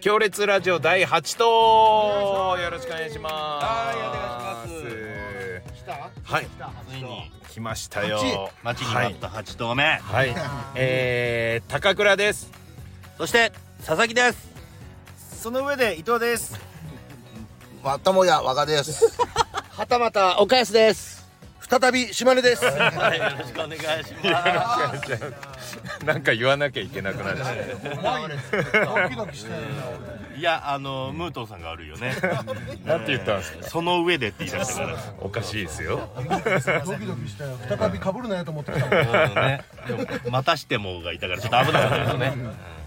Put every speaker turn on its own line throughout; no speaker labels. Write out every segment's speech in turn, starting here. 強烈ラジオ第8棟よろしくお願いします
はいお願いし
ま
来た
はい
来た
ついに
す来ましたよ
待ちに待った8投目、
はい、はい、えー、高倉です
そして佐々木です
その上で伊藤です。
またもや若です。
はたまた岡安です。
再び島根です。
はいよろしくお願いしま
なんか言わなきゃいけなくなっちゃう
ドキドキしてる
すいやあのムートンさんがあるよね
なんて言ったんですか
その上でって言い出したから
おかしいですよ
な。ドキドキしたよ。再び被るなよと思ってきたもん。
ね、でもまたしてもがいたからちょっと危なかったですね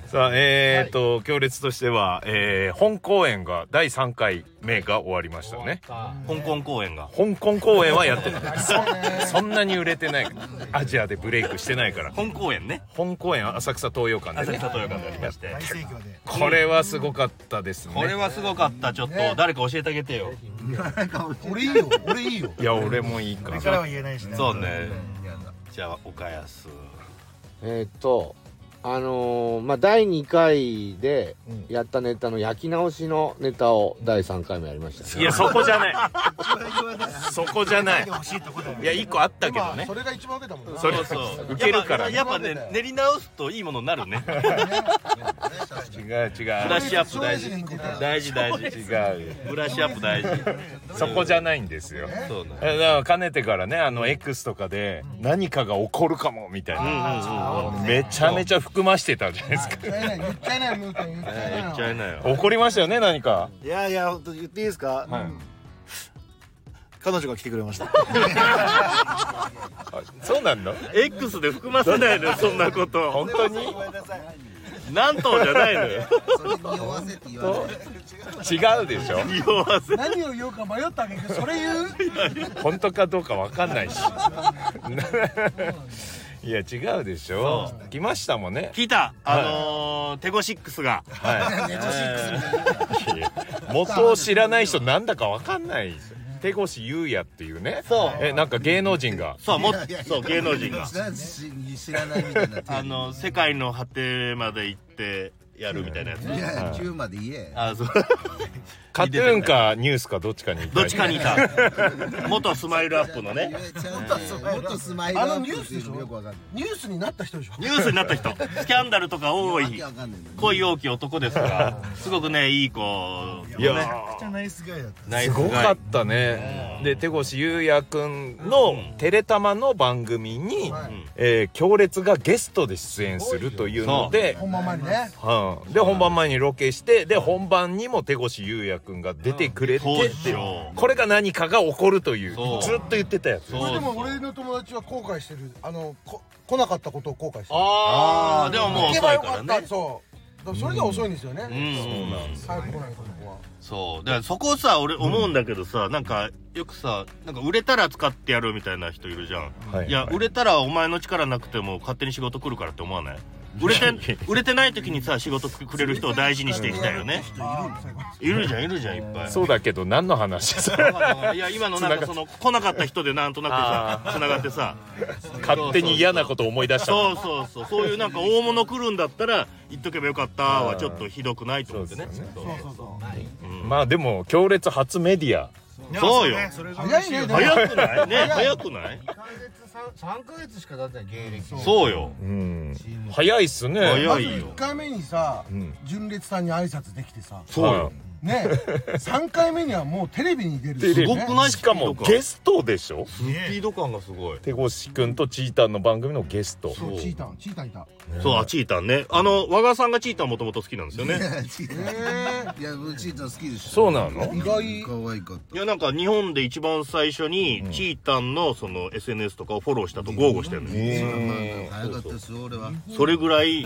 さあえー、と強烈としては、えー、本公演が第3回目が終わりましたね
香港公演が
香港公演はやってないそそんなに売れてないアジアでブレイクしてないから
香港演ね
本公演は浅草東洋館で
浅
ね
草豊館でありまして
大盛況で。
これはすごかったです
これ
ね
はすごかったちょっと誰か教えてあげてよ
俺いいよ。俺いいよ。
いや俺もいいか
から
な
は言えないしね。
そうねじゃあ岡安
えーっとあのーまあ第2回でやったネタの焼き直しのネタを第3回もやりました
い
ね
やそこじゃないそこじゃない
欲しいとこだよ
いや一個あったけど
まあ
ね
それが一番受けたもんな。
それ
そうそう
ウケるから
やっぱやっぱね練り直すといいものになるね
違う違
ブ
う
ラッシュアップ大事
に向けて。
大事大事
違う
ブラッシュアップ大事
そこじゃないんですよ
そうね
えだからかねてからねあの X とかで何かが起こるかもみたいな、めちゃめちゃ含ましてたじゃないですか
言っちゃいない言っちゃいないムートン言っちゃい
言っち
な
ゃ
い
いなよ
起こりましたよね何か
いやいや本当言っていいですか。彼女が来てくれました。
あそうなんの
X で含ませないの よそんなこと
本当に違
なんとじゃないのよ
うでしょ
匂わせ
何を言おうか迷ったけどそれ言う
本当かどうかわかんないし いや違うでしょ来ましたもんね
聞いたあのーテゴシックスが
はい元を知らない人なんだかわかんないですよ手越優也っていうね
そう
えなんか芸能人が
そうもっそう芸能人が
知らないみたいになって
あの世界の果てまで行ってやるみたいなやつ
いや9まで言え
あそう
カトゥーンかニュースかどっちかにいた
どっちかにいた元スマイルアップのね
ちゃんとそもっとスマイル
あ
ア
の
ッ
ニュ
プ
ー
っ
ス
てい
で
う
し
のもよく
ょ
わかんない
ニュースになった人でしょ
ニュースになった人スキャンダルとか多い
わけわかんないの
恋多き男ですがすごくねいい子
いや
めっちゃナイスガイだった
ナイ
す
スガイ
ごかったねで手越優也くんのテレタマの番組に、えー強烈がゲストで出演するというので
本番前にね
うん、で本番前にロケしてで本番にも手越優也くんが出てくれて
うん
って、
そう
これが何かが起こるという
そう
ずっと言ってたやつ
そう
これでも俺の友達は後悔してるあのこ来なかったことを後悔してる
ああでももう
行け
遅
ば
い
よ
か
かっ
ら
た
ね
そうだからそれが遅いんですよね
うん
早く来ないとこは
そうだからそこさ俺思うんだけどさ、なんかよくさなんか売れたら使ってやるみたいな人いるじゃん、、
はいい
や
はい
売れたらお前の力なくても勝手に仕事来るからって思わない売れて売れてない時にさ仕事くれる人を大事にしていきたいよねいるじゃんいるじゃんいっぱい
そうだけど何の話
いや今のなんかその来なかった人でなんとなくさつながってさ
勝手に嫌なこと思い出した
そうそうそうそういうなんか大物来るんだったら言っとけばよかったはちょっとひどくないと思ってね
そうです
そう
まあでも強烈初メディア
そうよ
早いねでも
早くないね早くない
3ヶ月しか経ってない芸歴
そうよ
うん早いっすね
早
まず
いよ
1回目にさ
ん
純烈さんに挨拶できてさ
そうよ
ね 3回目にはもうテレビに出る
テレビ
ね
すごくない
しかもゲストでしょ
スピード感がすごい
手越くんとチータンの番組のゲスト
そうチータンチータンいた
そうあチータンねあの和賀さんがチータンもともと好きなん ですよね
いやうちーたん好きでしょ
そうなの
意外
可愛かっ
いやなんか日本で一番最初にチータンのその SNS とかをフォローしたと豪語してるのよ
た早かったですよ俺は
それぐらい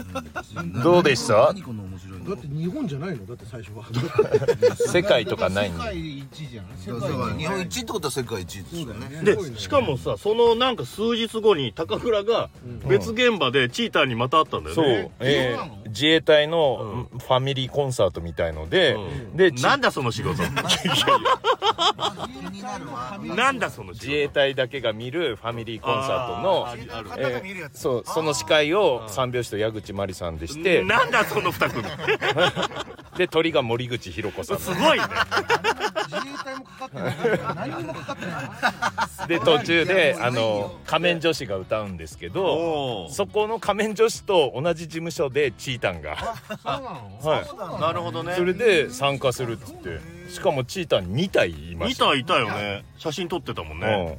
どうでした
何この面白い
だ
の
って日本じゃないのだって最初は
世界とかないん
世
で
界一じゃない世
だ
界
から日
一
本一ってことは世界一ですよね
でしかもさそのなんか数日後に高倉が別現場でチーターにまた会ったんだよ
そう
ね、、
え
そうな
ー自衛隊のファミリーコンサートみたいので、
うん
でち
なんだその仕事
気になるわ
なんだその仕事
自衛隊だけが見るファミリーコンサート
あ
の
ある
えーそうその司会を三拍子と矢口真理さんでして
なんだその二組
で鳥が森口博子さん
すごいね
自衛隊もかかってない何にもかかってない
で途中であの仮面女子が歌うんですけど
おー
そこの仮面女子と同じ事務所でチータンが、
そうなの
はい、
なるほどね
それで参加するっつってしかもチータン2体いま
見
した
たいたよね写真撮ってたもんね
ね、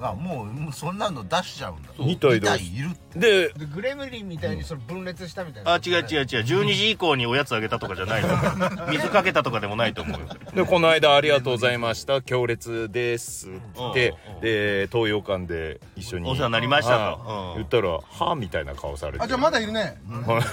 あもうもうそんなの出しちゃうんだ
そう二体出す
いる
うん、で
でグレムリンみたいにその分裂したみたいな
あ違う違う違う12時以降におやつあげたとかじゃ ないと思う水かけたとかでもないと思うよ
でこの間「ありがとうございました強烈です」って
うん
で東洋館で一緒に
お世話になりました
は
と
い言ったら「は」みたいな顔されて
あじゃあまだいるね
はい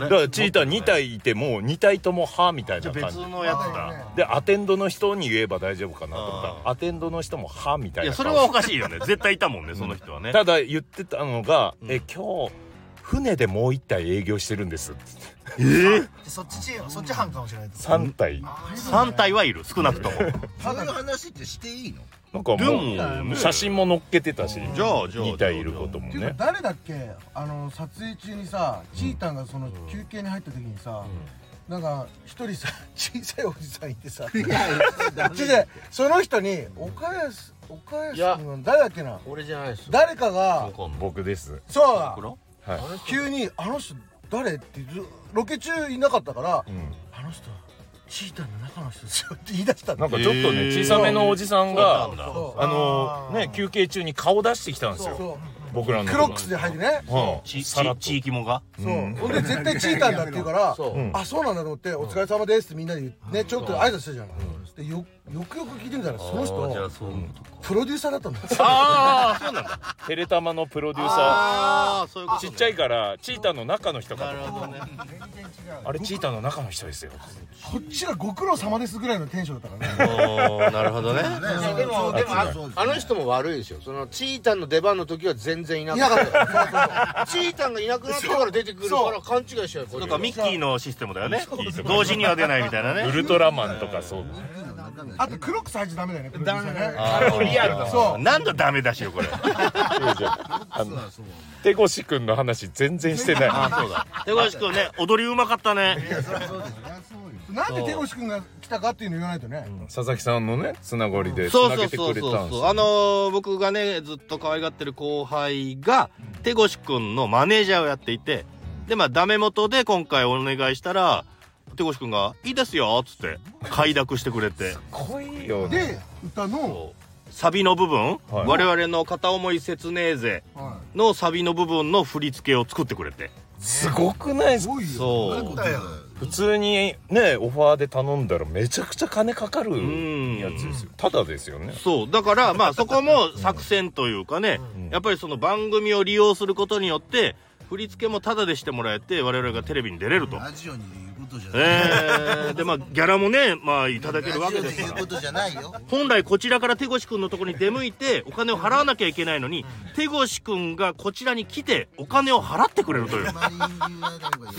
だ
れ
からチーター2体いてもう2体とも「は」みたい
じゃ
な
あ
感
別
じ
のやつ
まだいる
だ
ね
でアテンドの人に言えば大丈夫かなと思ったらアテンドの人も「は」みた
い
い
や
な
それ
顔
はおかしいよね絶対いたもんねその人はね
ただ言ってたのが「
ん
え今日船でもう1体営業してるんです」
そっちチームそっち班かもしれない
3体
3体はいる少なくとも
そういう話ってしていいの
なんか
で
もう
もね
写真も載っけてたし
じゃあじゃあ
2体いることも
っていうか
ね
誰だっけあの撮影中にさチータンがその休憩に入った時にさ、なんか一人さ 小さいおじさんいてさ 違う違うその人に岡安岡安
いや
君は誰だっけな
俺じゃないですよ
誰かが
僕です
そう
は
だ
い
急に「あの人誰?」ってずロケ中いなかったから「
ん
あの人チータンの中の人ですよ」 って言い出したんだ
なんかちょっと
へ
ね
ー
小さめのおじさんが
そうなんだ
そう
あのね休憩中に顔出してきたんですよ
そう
僕らの
クロックスで履いてね
は
ち
い
ち
さらっと
地域もが
そうほんで絶対チータンだって言うから
そう、
うん
あそうなんだと思って「お疲れ様です」ってみんなで言うねちょっと挨拶したじゃんでよよくよく聞いてみたらその
あーじゃあ
人
そういうことか
プロデューサーだったんだ
ああそうなんだ
テレタマのプロデューサ
ああそういう
ー
こと
ちっ
ね
ちゃいからチーターの中の人か
な
と
る
思っ
ほどね
たあれチーターの中の人ですよ
こっちがご苦労様ですぐらいのテンションだったからね
おーなるほどね
ね
でもでもああの人も悪いですよそのチータンの出番の時は全然いなかったチータンがいなくなってから出てくるから勘違いしちゃうこっち
とか
は
ミッキーのシステムだよね同時には出ないみたいな
ウ
ね
ルトラマンとかそう
あとクロックス履いちゃダメだよねプロデューサーね
リアル
だ
そうなんだダメ出しよこれ
手越くんの話全然してない
あそうだ手越君ね踊りうまかったね
なんで手越くんが来たかっていうの言わないとね
佐々木さんのねつながりでつ
そう
な
そ
げ
う
て
そ
く
う
れ
そう
たんです
そう
よ
あのー僕がねずっと可愛がってる後輩が手越くんのマネージャーをやっていてでまあダメ元で今回お願いしたら手越くんが「いいですよ」っつって快諾してくれて
いいよね
で歌の
サビの部分、
はい
我々の片思い説明ぜ
は
のサビの部分の振り付けを作ってくれて
すごくないですか
そう
普通にねオファーで頼んだらめちゃくちゃ金かかるやつですよただですよね
そうだからまあそこも作戦というかね、やっぱりその番組を利用することによって振り付けもタダでしてもらえて我々がテレビに出れると、
ラジオに言うことじゃない
えー、でまあギャラもねまあいただけるわけです
ラジ
か
オに言
ら
うことじゃないよ
本来こちらから手越くんのところに出向いてお金を払わなきゃいけないのに手越くんがこちらに来てお金を払ってくれるという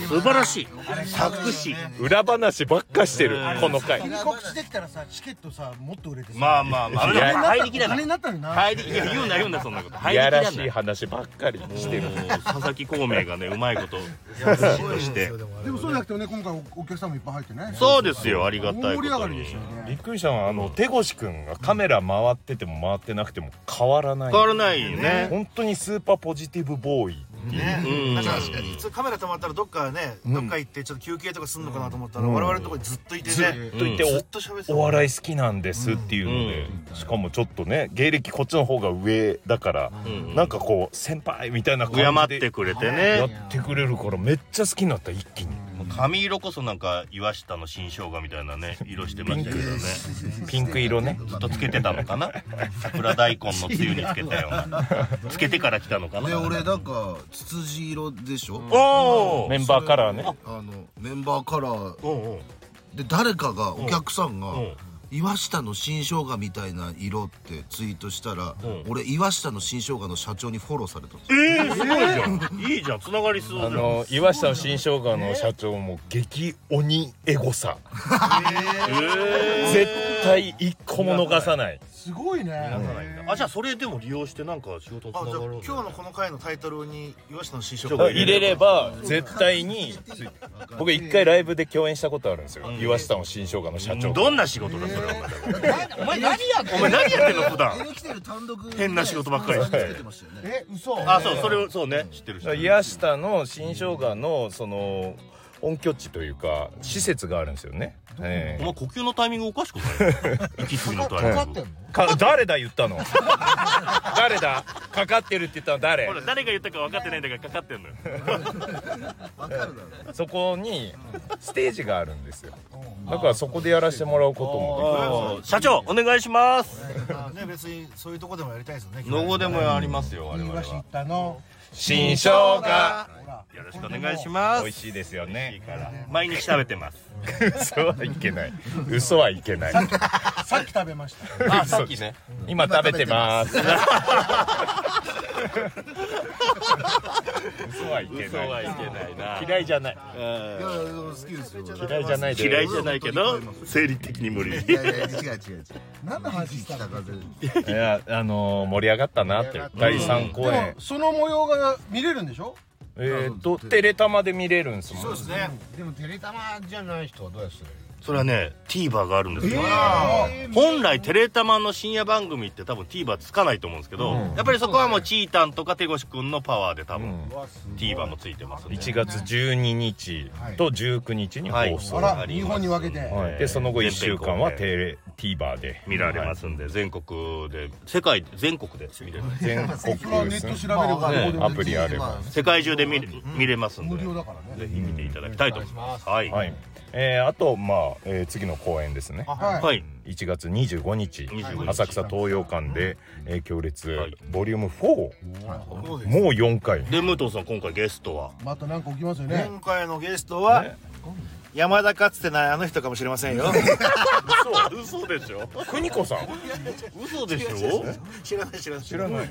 素晴らしい作詞
裏話ばっかしてる
うん
この回
君告知できたらさチケットさもっと売れてさ
まあまあまあ
お金になった
入りきら
お
な
金
い
になったのにな
入りいや言うな言うなそんなこと
い
入りき
や
ら
ら
な
しい
い
話ばっかりしてる
もう佐々木孔明がねうまいこと作詞として
でもそうじゃなくてもね今回おお客さんもいっぱい入ってね
そうですよありが
大
たい
盛
こ
り上
と
がりでし
に
たよね
びっくりしたのはあの手越くんがカメラ回ってても回ってなくても変わらない
変わらないよね
本当にスーパーポジティブボーイっていう
うん
確かに普通カメラ止まったらどっかねどっか行ってちょっと休憩とかすんのかなと思ったら
うん
我々のところにずっといて
ず
ね
っといて
ずっと喋ってた
おお笑い好きなんですっていうので、しかもちょっとね芸歴こっちの方が上だから、
うん
なんかこう先輩みたいな
敬っ
感じ
て
で
くれて
や
ね
ってくれるからめっちゃ好きになった一気に
髪色こそなんか岩下の新生姜みたいなね色してましたけどねず
ピンク色ね
っとつけてたのかな桜大根のつゆにつけたようなつけてから来たのか
で
な
俺なんかツツジ色でしょ
おお
メンバーカラーね
あのメンバーカラー
おう
で誰かがお客さんが
うん
「岩下の新生姜みたいな色」ってツイートしたら、
うん
俺岩下の新生姜の社長にフォローされたんですよ
ええすごいじゃんいいじゃんつながりそうじゃ
あ
ん
の岩下の新生姜の社長も激鬼エゴさ
ええ
絶対一個も逃さない
すごいね
ならないんだあじゃあそれでも利用してなんか仕事つな
あじゃあ
がろ
今
う
日のこの回のタイトルに岩下の師匠
ちょっと
入れれば絶対に僕一回ライブで共演したことあるんですよ、岩下の新生姜の社長
どんな仕事だそれお前何やってお前何やってんの普段
来てる単独で
変な仕事ばっかり
つけてましたよね
え嘘
あそうそれをそうね知ってる知ってる
岩下の新生姜のその音拠地というか施設があるんですよね、え
お
え
前呼吸のタイミングおかしくない息継ぎのタイミング
かかってんの
か誰だ言ったの誰だかかってるって言ったの誰
ほら誰が言ったか分かってないんだからかかってんのよ
そこにステージがあるんですよだからそこでやらせてもらうことも
社長お願いします
ね別にそういうとこでもやりたいですよ ね
ロゴでもありますよ我々
岩
は
下行ったの
新生姜
ほら
よろしくお願いします
美味しいですよ
いい
ね
から毎日食べてます
嘘はいけない嘘はいけない
さっき食べました
あさっきね
今食べてます嘘はいけ
嘘は
ない
いけないな
嫌いじゃない
いやでも好きですよ俺
嫌いじゃないです
嫌いじゃないけど生理的に無理
いやいや違う違う違う
何の話した
北
の
風
いやあのー盛り上がったなっていう第3
で
公
も
演
その模様が見れるんでしょ
えーっとテレタマで見れるんですもん
そうですね
でもテレタマじゃない人はどうやって
それはね TVer があるんですよ、本来テレタマの深夜番組って多分 TVer つかないと思うんですけど、やっぱりそこはもうチータンとか手越くんのパワーで多分、TVer もついてますんで
1月12日と19日に放送、
あ
は
ら日本に分けて
いでその後1週間はテレ TVer で
見られますんで、全国で世界全国で見れる
全
それは
国
ネッ
です
ト
ね
調べればどこで
ア
も
プリあれば、
世界中で見れ見れますんで
無
ね、
料だからね
ぜひ見ていただきたいと思います、はい
はいえーあとまあ、えー次の公演ですね
はい
はい
1月25日
25日
浅草東洋館で、えー強烈、
はい
ボリューム4をもう4回
で武藤さん今回ゲストは
またなんか起きますよね
今回のゲストは
山田かつてないあの人かもしれませんよ
嘘嘘でしょ
邦子さん
嘘でしょ
知らない知らない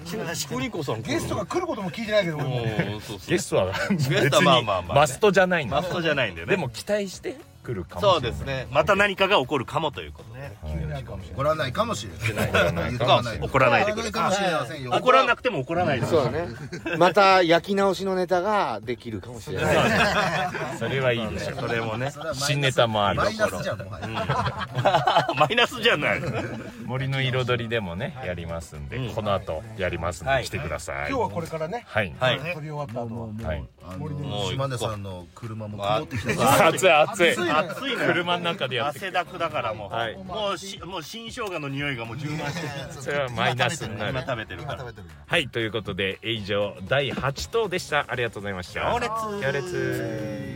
知らない
邦子さん来る
ゲストが来ることも聞いてないけど俺も
うんそうそう
ゲストは別
ゲストはまあまあまあ
にマストじゃないんだ
マストじゃないんでね
でも期待して来るかもしれない
そうですねまた何かが起こるかもということね
怒らないかもしれない言って
が
もない
怒らないでくだ
かもしれませんよ
さい怒らなくても怒らないです
そうだねまた焼き直しのネタができるかもしれない
それはいいでしょう
それもね
新ネタもある
マイナスじゃんもはや
マイナスじゃない
森の彩りでもねやりますんで、
うん
この後やりますんで、
はい
来てください
今日はこれからね
はい、
はい
撮り終わった後は
はい、
あ
もう一
の
個
島根さんの車も曇ってきたし
暑い暑い
暑いね
暑いね
車の中でやって
汗だくだからもう、
はい
もうしもう新生姜の匂いがもう充満して
それはマイナスにな
今
る
食べてるから
はいということで以上第8頭でしたありがとうございました
行列
行列